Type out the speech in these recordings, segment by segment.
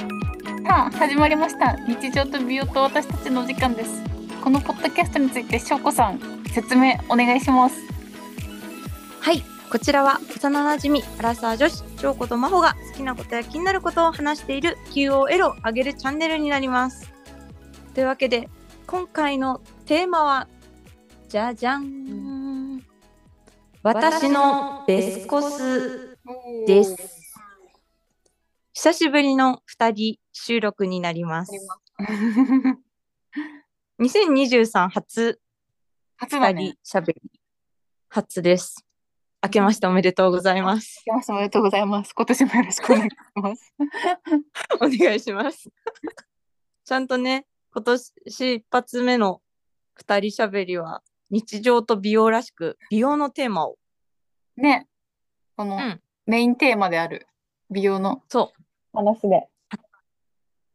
さあ始まりました日常と美容と私たちのお時間ですこのポッドキャストについてしょうこさん説明お願いしますはい、こちらは幼馴染みアラサー女子翔子と真帆が好きなことや気になることを話している QOL を上げるチャンネルになります。というわけで今回のテーマはじゃじゃん私のベスコスです。久しぶりの2人収録になります。2023初初だ2ね人しゃべり初です。明けましておめでとうございます。来ましたおめでとうございます今年もよろしくお願いし ますお願いします。ちゃんとね、今年一発目の二人しゃべりは、日常と美容らしく、美容のテーマを、ねこの、うんメインテーマである美容のそう、話で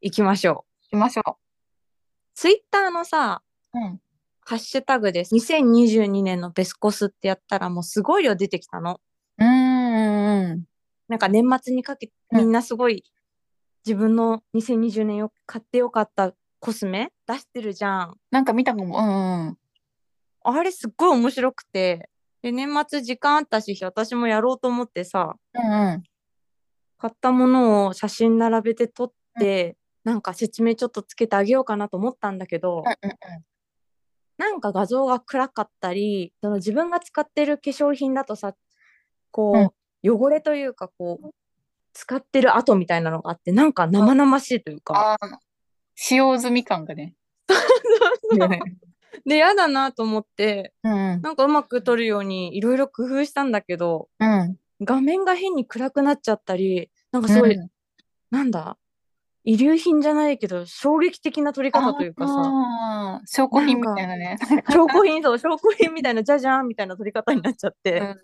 いきましょう。いきましょツイッターのさ、ううんハッシュタグです。2022年のベスコスってやったらもうすごい量出てきたの。うーんなんか年末にかけうんみんなすごい、自分の2020年を買ってよかったコスメ出してるじゃん。なんか見たかもうんうんあれすっごい面白くて。で、年末時間あったし、私もやろうと思ってさ、うんうん買ったものを写真並べて撮って、なんか説明ちょっとつけてあげようかなと思ったんだけど、なんか画像が暗かったりその自分が使ってる化粧品だとさこう、汚れというかこう使ってる跡みたいなのがあってなんか生々しいというか、あー使用済み感がね いいよねでやだなと思ってうんなんかうまく撮るようにいろいろ工夫したんだけどうん画面が変に暗くなっちゃったりなんかすごい、うんなんだ遺留品じゃないけど衝撃的な撮り方というかさあー証拠品みたいなね。 証拠品そう証拠品みたいなじゃじゃんみたいな撮り方になっちゃって、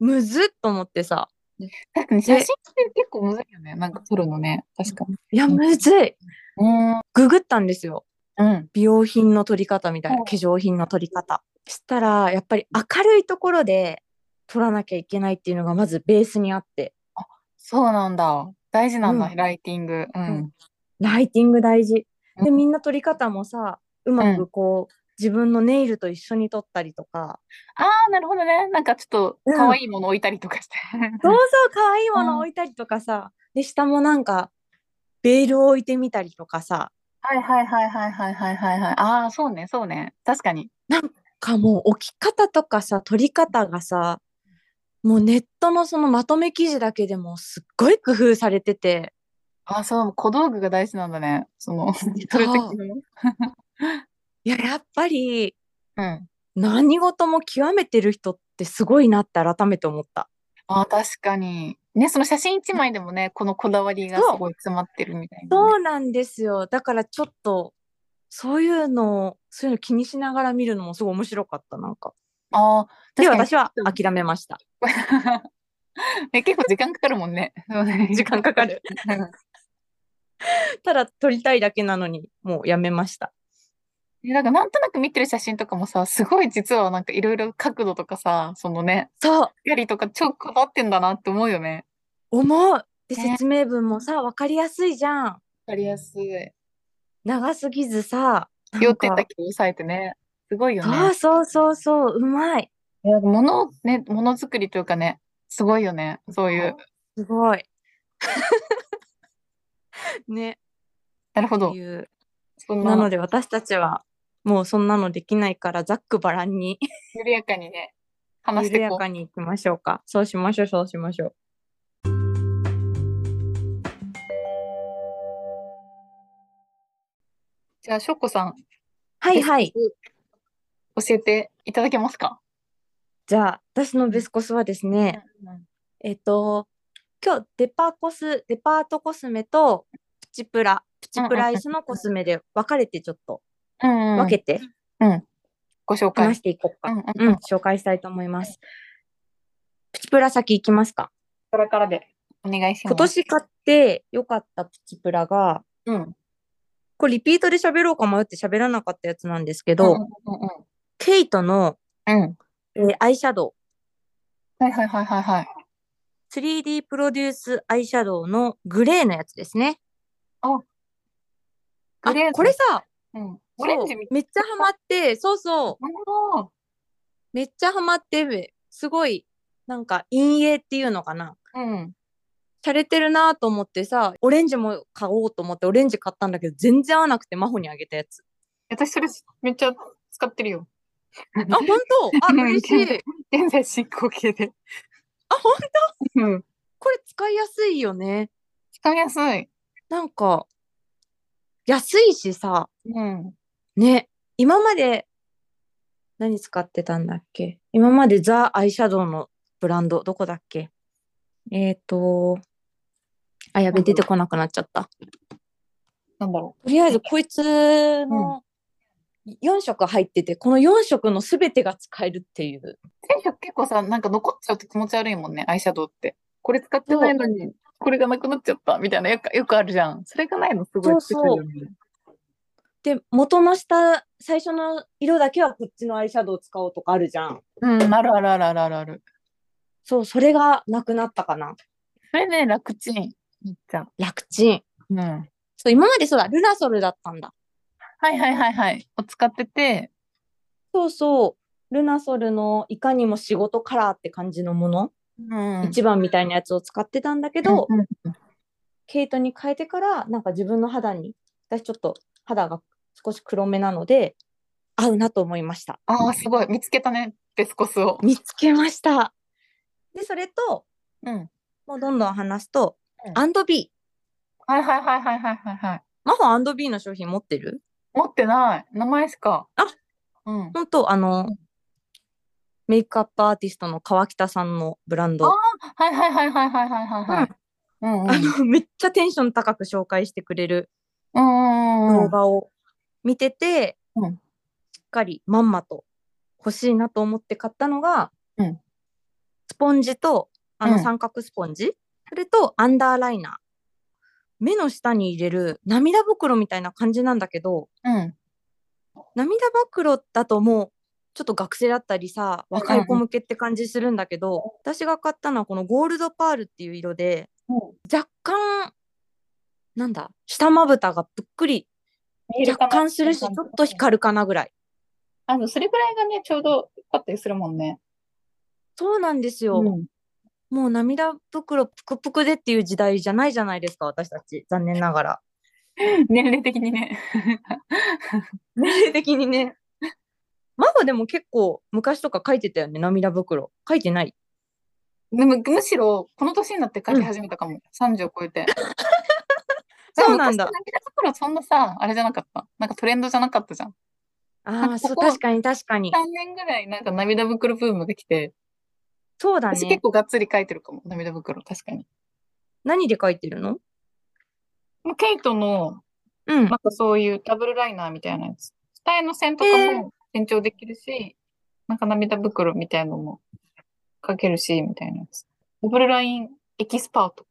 むずっと思ってさ確かに写真って結構むずいよね。なんか撮るのね。確かに。いやむずいうん。ググったんですようん。美容品の撮り方みたいなうん化粧品の撮り方したらやっぱり明るいところで撮らなきゃいけないっていうのがまずベースにあってそうなんだ。大事なんだ、うんライティング。うん。ライティング大事でうんみんな撮り方もさうまくこう、自分のネイルと一緒に撮ったりとか、ああ、なるほどね。なんかちょっとうん可愛いもの置いたりとかして。そうそう可愛いもうんの置いたりとかさ、で下もなんかベールを置いてみたりとかさ、はいはいはいはいはいはいはいはい。ああ、そうね、そうね。確かに。かもう置き方とかさ取り方がさもうネットのそのまとめ記事だけでもすっごい工夫されててああ、そう、小道具が大事なんだね。その、撮る時の。いややっぱりうん。何事も極めてる人ってすごいなって改めて思ったああ、確かに。ね、その写真一枚でもね、このこだわりがすごい詰まってるみたいなね、そうなんですよだからちょっとそういうのをそういうの気にしながら見るのもすごい面白かったなんかああ、で確かに私は諦めました え結構時間かかるもんね。 時間かかるうん。ただ撮りたいだけなのにもうやめました えなんかなんとなく見てる写真とかもさ、すごい実はなんかいろいろ角度とかさ、そのね、そうやりとか超こだわってんだなって思うよね。思うでね説明文もさ分かりやすいじゃんわかりやすい。長すぎずさ、要点なんだかけ抑えてね。すごいよそうね。そうそうそう、うまい。いやもの、ね、ものづくりというかね、すごいよね。そういう。す ごい。ね、なるほっどて。いう。そんななので私たちは、もうそんなのできないから、ざっくばらんに、緩やかにね、話し緩てやこう。かにいきましょうか。そうしましょう、そうしましょう。じゃあ、しょうこさん、はいはい。教えていただけますか、じゃあ、私のベスコスはですね、えっと、今日、デパコス、デパートコスメと、プチプラ、プチプライスのコスメで分かれてちょっと、うんうん分けてご紹介話。していこうか。うんうんうん、紹介したいと思います。プチプラ先行きますか。これからでお願いします。今年買って良かったプチプラが、うん。これリピートで喋ろうか迷って喋らなかったやつなんですけど、うんうケイトの、んうん。うん。えーアイシャドウ、はいはいはいはいはい。 3D プロデュースアイシャドウのグレーのやつですね。あグレーズこれさうん、オレンジそみうたいめっちゃハマってそうそうな。めっちゃハマってすごいなんか陰影っていうのかなうん。洒落てるなと思ってさオレンジも買おうと思ってオレンジ買ったんだけど全然合わなくて真帆にあげたやつ私それめっちゃ使ってるよ。あ本 当あ嬉しい現在進行形で。あ本当うん。これ使いやすいよね使いやすい。なんか安いしさうん。ね今まで何使ってたんだっけ今までザ・アイシャドウのブランドどこだっけえっ、ー、とあやべ出てこなくなっちゃったなんだろとりあえずこいつの4色入っててこの4色の全てが使えるっていうう。選手結構さ、なんか残っちゃうと気持ち悪いもんね、アイシャドウって。これ使ってないのに、これがなくなっちゃったみたいな、よくよくあるじゃん。それがないのすごい作るよね。で元の下最初の色だけはこっちのアイシャドウ使おうとかあるじゃんうん、あるあるあるあるあるある。そうそれがなくなったかなそれね、楽ちん。いっちゃん。楽ちんうん。はそう今までそうだルナソルだったんだいはいはいはい。を使ってて、そうそうルナソルのいかにも仕事カラーって感じのもの、うん一番みたいなやつを使ってたんだけど、うんうん毛糸に変えてからなんか自分の肌に私ちょっと肌が少し黒めなので合うなと思いましたああ、すごい。見つけたね、ベスコスを。見つけましたでそれとうん。もうどんどん話すと、うんアンド B はいはいはいはいはいはいはい。マホアンド B の商品持ってる持ってない。名前しか。あうん。本当あの、うんメイクアップアーティストの川北さんのブランドあはいはいはいはいはいはいはいはい。うんうん。あの めっちゃテンション高く紹介してくれるうんうんう動ん。画を見てて、うんしっかりまんまと欲しいなと思って買ったのが、うんスポンジとあうのん三角スポンジ、それとアンダーライナー目の下に入れる涙袋みたいな感じなんだけどうん。涙袋だともうちょっと学生だったりさ若い子向けって感じするんだけど、私が買ったのはこのゴールドパールっていう色で若干なんだ下まぶたがぷっくり見えるか若な干するしちょっと。光るかなぐらいあの、それぐらいがね、ちょうどよかったりするもんね。そうなんですよ、うん。もう涙袋ぷくぷくでっていう時代じゃないじゃないですか私たち残念ながら年齢的にね。年齢的にねママでも結構昔とか書いてたよね涙袋書いてないでもむしろ、この年になって書き始めたかも。30を超え て。そうなんだでも昔涙袋そんなさ、あれじゃなかった。なんかトレンドじゃなかったじゃん。あああそうここ確かに確かに3年ぐらいなんか涙袋ブームが来て、そうだ私結ね構がっつり書いてるかも、涙袋、確かに。何で書いてるのまあケイトの、うなんんかそういうダブルライナーみたいなやつ。二重の線とかも延長できるし、なんか涙袋みたいのも書けるし、みたいなやつ。ダブルラインエキスパートと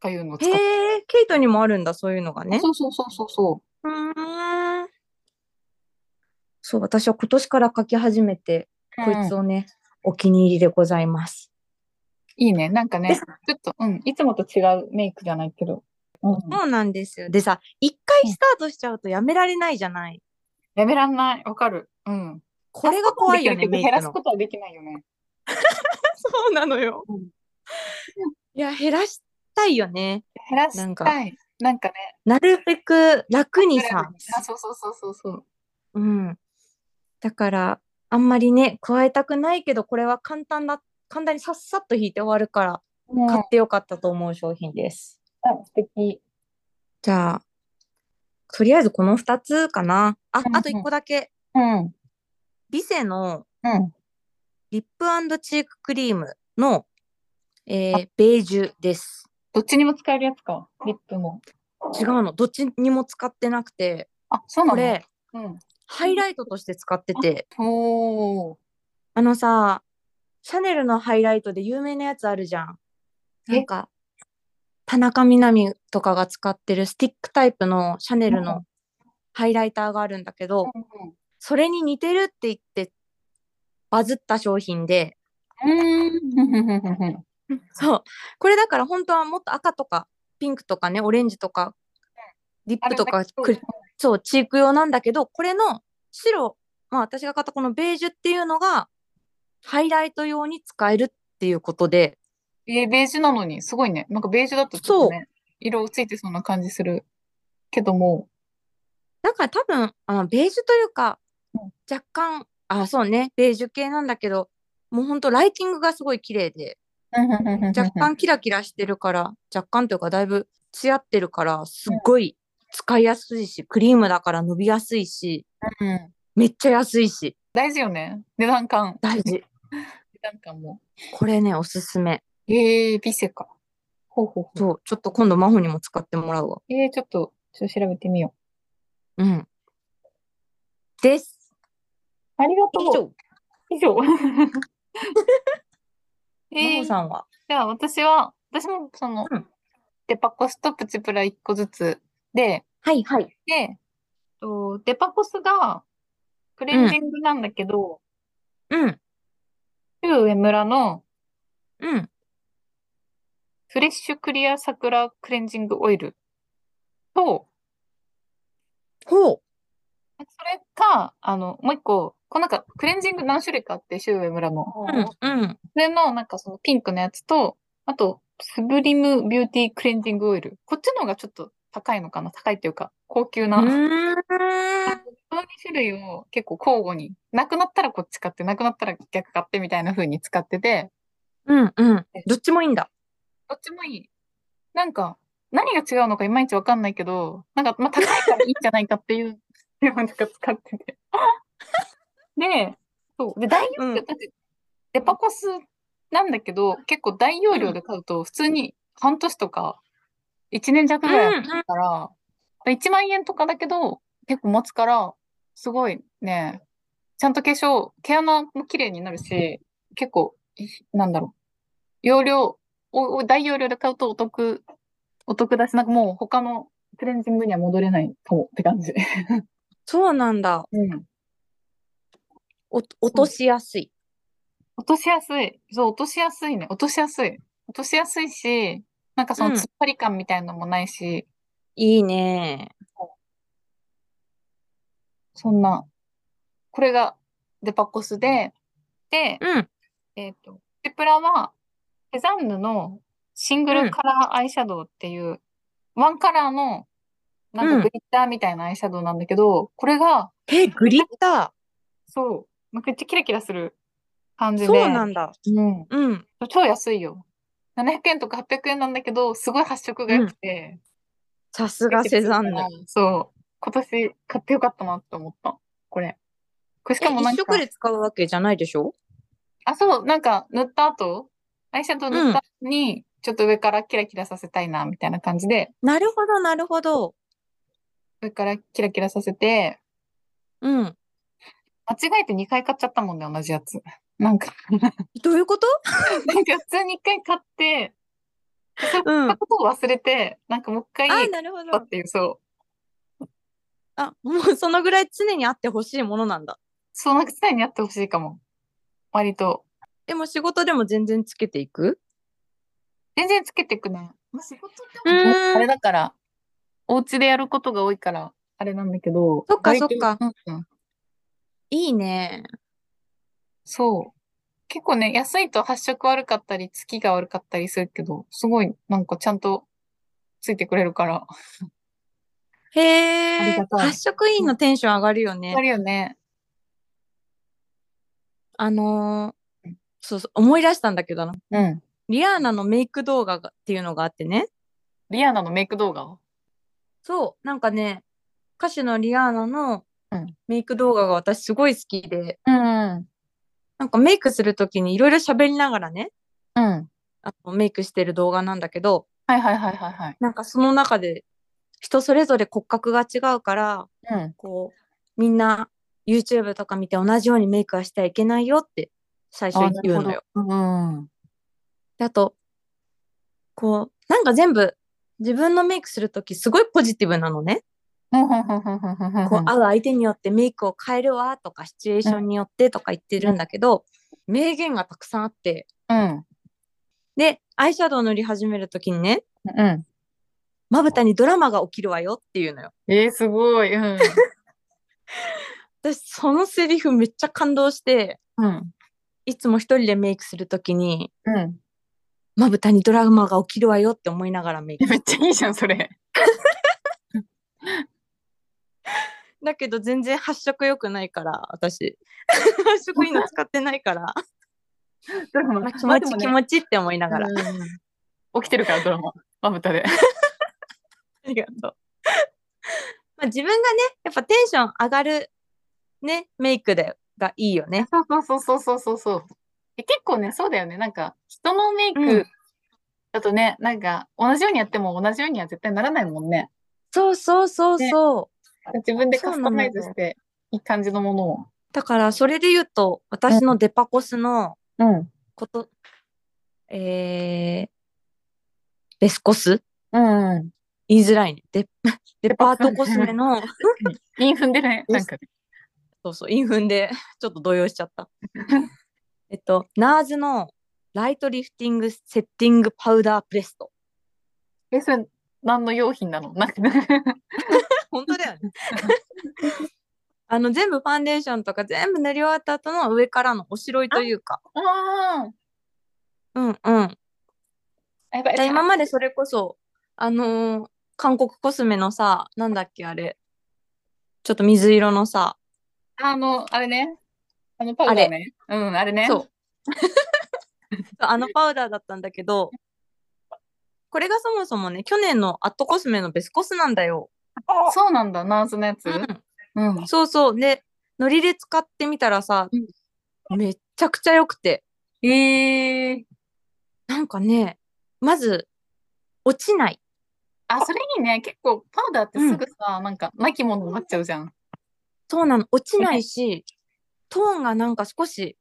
かいうのを使って。へえケイトにもあるんだそういうのがねそうそうそうそうそうーんそう私は今年から書き始めてう。こいつをね、お気に入りでございます。いいね。なんかでね、ちょっと、うん、いつもと違うメイクじゃないけど。うん、そうなんですよ。でさ、一回スタートしちゃうとやめられないじゃない。やめらんない。わかる。うん。これが怖いよね、減らすことはできるけメどイ減らすことクの。はできないよね。そうなのようんいや、減らしたいよね。減らなんしかたい。なんかね、なるべく楽にさ。あそうそうそうそうそう。うん。だから、あんまりね、加えたくないけど、これは簡単だ、簡単にさっさっと引いて終わるから、も買ってよかったと思う商品です。素敵。じゃあ、とりあえずこの2つかな。あ、うんあと1個だけ。うん。うん。ビセの、リップチーククリームの、えーベージュです。どっちにも使えるやつか。リップも。違うの、どっちにも使ってなくて、あ、そうなこのれ、うん。ハイライトとして使ってて、おー。あのさ、シャネルのハイライトで有名なやつあるじゃん。えなんか、田中みな実とかが使ってるスティックタイプのシャネルうのハイライターがあるんだけど、うんそれに似てるって言って、バズった商品で、うん。そう。これだから本当はもっと赤とかピンクとかね、オレンジとかリップとあかるんだけどクリそうチーク用なんだけどこれの白まあ私が買ったこのベージュっていうのがハイライト用に使えるっていうことでえーベージュなのに、すごいね。なんかベージュだとちょっとね、色ついてそうな感じするけども、だから多分あベージュというかうん若干あそうねベージュ系なんだけどもうほんとライティングがすごい綺麗で若若干キラキラしてるから若干というかだいぶ艶ってるからすっごい使いやすいしクリームだから伸びやすいしうん、めっちゃ安いし大事よね。値段感、大事値段感も。これねおすすめえー、ビセか。ほうほうほう。そうちょっと今度真帆にも使ってもらうわえー、ちょっと、ちょっと調べてみようんですう。ありがと以う。上以上。真 え帆ー、さんはじゃあ私は、私もその、うんデパコスとプチプラ1個ずつで、はいはいで、とデパコスがクレンジングなんだけど、うん旧上村のうんフレッシュクリア桜クレンジングオイルと、ほうそれか、あの、もう一個、こうなんかクレンジング何種類かあって、シュウエムラの。うんうんそれのなんかそのピンクのやつと、あと、スブリムビューティークレンジングオイル。こっちの方がちょっと高いのかな高いっていうか、高級な。うーんこの2種類を結構交互に、なくなったらこっち買って、なくなったら逆買ってみたいな風に使ってて、うんうんどっちもいいんだどっちもいい。なんか、何が違うのかいまいちわかんないけど、なんか、まあ、高いからいいんじゃないかっていう、 なんか使ってて。で、そう。で、大容量、うんだって、デパコスなんだけど、結構大容量で買うと、普通に半年とか、1年弱ぐらいだから、1万円とかだけど、結構持つから、すごいね、ちゃんと化粧、毛穴も綺麗になるし、結構、いなんだろう。容量、おお大容量で買うとお得、お得だし、なんかもう他のクレンジングには戻れないかもって感じ。そうなんだうん。お落としやすい落としやすい。そう、落としやすいね。落としやすい。落としやすいし、なんかそのうん突っ張り感みたいのもないし、いいねそんな、これがデパコスで、で、うんえっ、と、プチプラは、セザンヌのシングうんルカラーアイシャドウっていう、ワンカラーの、なんうかんグリッターみたいなアイシャドウなんだけど、これが、えグリッタそう、めっちゃキラキラする感ーじそうで、なんだうん、うん超安いよ。700円とか800円なんだけど、すごい発色が良くて、さすがセザンヌそう、今年買ってよかったなって思った、これ。これしかもえなん一か、色で使うわけじゃないでしょあ、そう、なんか塗った後、アイシャドウ塗った後に、ちょっと上からキラキラさせたいな、みたいな感じで、なるほどなるほど上からキラキラさせて、うん間違えて2回買っちゃったもんね、同じやつ。なん か、なんかどういうこと普通に1回買って、う買んったことを忘れて、なんかもう一回あ買っなるほたどっていう、そう。あもうそのぐらい常にあってほしいものなんだそう、なんか常にやってほしいかも。割と。でも仕事でも全然つけていく全然つけていくね。まあ、仕事うでも、ーんあれだから、お家でやることが多いから、あれなんだけど。そっか割とそっかうんうん。いいねそう。結構ね、安いと発色悪かったり、月が悪かったりするけど、すごい、なんかちゃんとついてくれるから。へありえがたい発色いいのテンション上がるよねあるよね。あのうーんそうそう思い出したんだけどなうん。リアーナのメイク動画がっていうのがあってねリアーナのメイク動画をそう、なんかね、歌手のリアーナのうんメイク動画が私すごい好きで、うん。うん。なんかメイクするときにいろいろ喋りながらね、はいあのメイクしてる動画なんだけど、はいはいはいはい。なんかその中で人それぞれ骨格が違うから、うん。こう、みんな YouTube とか見て同じようにメイクはしてはいけないよって最初あ言うのよ。。なるほどうん。であと、こう、なんか全部自分のメイクするときすごいポジティブなのね。こうこ会う相手によってメイクを変えるわとかシチュエーションによってとか言ってるんだけど、名言がたくさんあってうん。でアイシャドウ塗り始める時にねうん。まぶたにドラマが起きるわよっていうのよ。えー、すごい。 うん。私、そのセリフめっちゃ感動して、うん。いつも一人でメイクするときに、うん。まぶたにドラマが起きるわよって思いながらメイクえ。めっちゃいいじゃん、そ れ。だけど全然発色良くないから、私。 発色いいの使ってない から、ドラマ。まあ気ま持あでちも気ね持ちって思いながら。あうん起きてるから、ドラマ。まぶたで。りがとう。 まあ自分がね、やっぱテンション上がる、ね、メイクでがいいよね。そうそうそうそうそうそう。え結構ね、そうだよね。なんか、人のメイうクんだとね、なんか、同じようにやっても同じようには絶対ならないもんね。そうそうそうそう。自分でそカうなスのタマイズして、いい感じのものを。だから、それで言うと、私のデパコスのうん。こと、えー、ベスコスうん。言いづらいね。デ デパートコスメの、インフンでね、なんかね。そうそう、インフンで ちょっと動揺しちゃった。 えっと、ナーズのライトリフティングセッティングパウダープレスト。え、それ、何の用品なのなんか、 本当だよね。 あの、全部ファンデーションとか全部塗り終わった後の上からのおしろいというか、あーうんうん。あ、やばい。だ今までそれこそあのー韓国コスメのさなんだっけあれちょっと水色のさあの、あれね。あのパウダーね。うん、あれね。そうあのパウダーだったんだけどこれがそもそもね去年のアットコスメのベスコスなんだよ、そうなんだ、ナーズのやつ。うん。そうそうでノリで使ってみたらさ、めっちゃくちゃ良くてええなんかねまず落ちないあ、それいいね。結構、パウダーってすぐさ、なんか、なきものになっちゃうじゃん。そうなの落ちないしトーンがなんか少し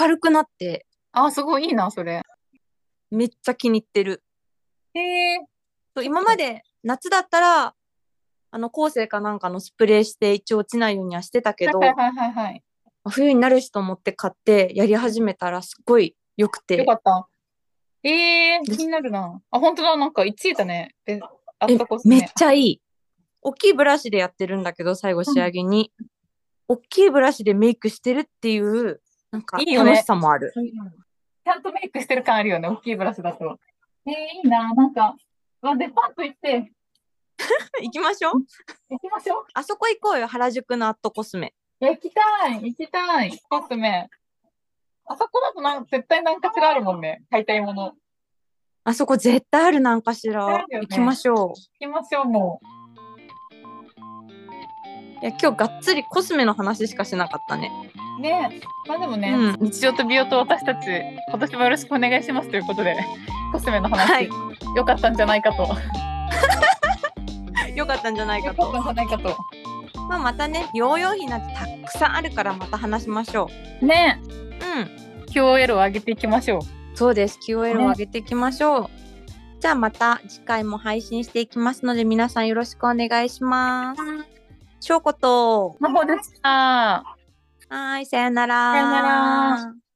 明るくなってあ、すごいいいな、それ。めっちゃ気に入ってるへえ。そう今まで夏だったらあの構成かなんかのスプレーして一応落ちないようにはしてたけどはいはいはいはい。冬になるしと思って買ってやり始めたらすっごい良くてよかった。ええです気になるな。あ、本当だ、なんか1位だね。で、あっえたこめっちゃいい大きいブラシでやってるんだけど最後仕上げに、大きいブラシでメイクしてるっていうなんかいいよね楽しさもあるちゃんとメイクしてる感あるよね、大きいブラシだと。ええいいな、なんか、まあ、デパート行って、 行きましょう行きましょう。あそこ行こうよ原宿のアットコスメいや行きたい、行きたい。コスメ。あそこだとなん絶対なんかしらあるもんね。買いたいもの。あそこ絶対あるなんかしら、あるよね行きましょう行きましょう、もう。いや今日がっつりコスメの話しかしなかったねねまあでもね、うん日常と美容と私たち、今年もよろしくお願いしますということで、コスメの話、はい良かったんじゃないかと。よかったんじゃないか良かっとたんじゃないかと。まあ、またね療養費なんてたくさんあるからまた話しましょねううんえ、QOL を上げていきましょう。そうです QOL をね上げていきましょう、じゃあまた次回も配信していきますので皆さんよろしくお願いしますしょうこと魔法でした。はーいさよならさよなら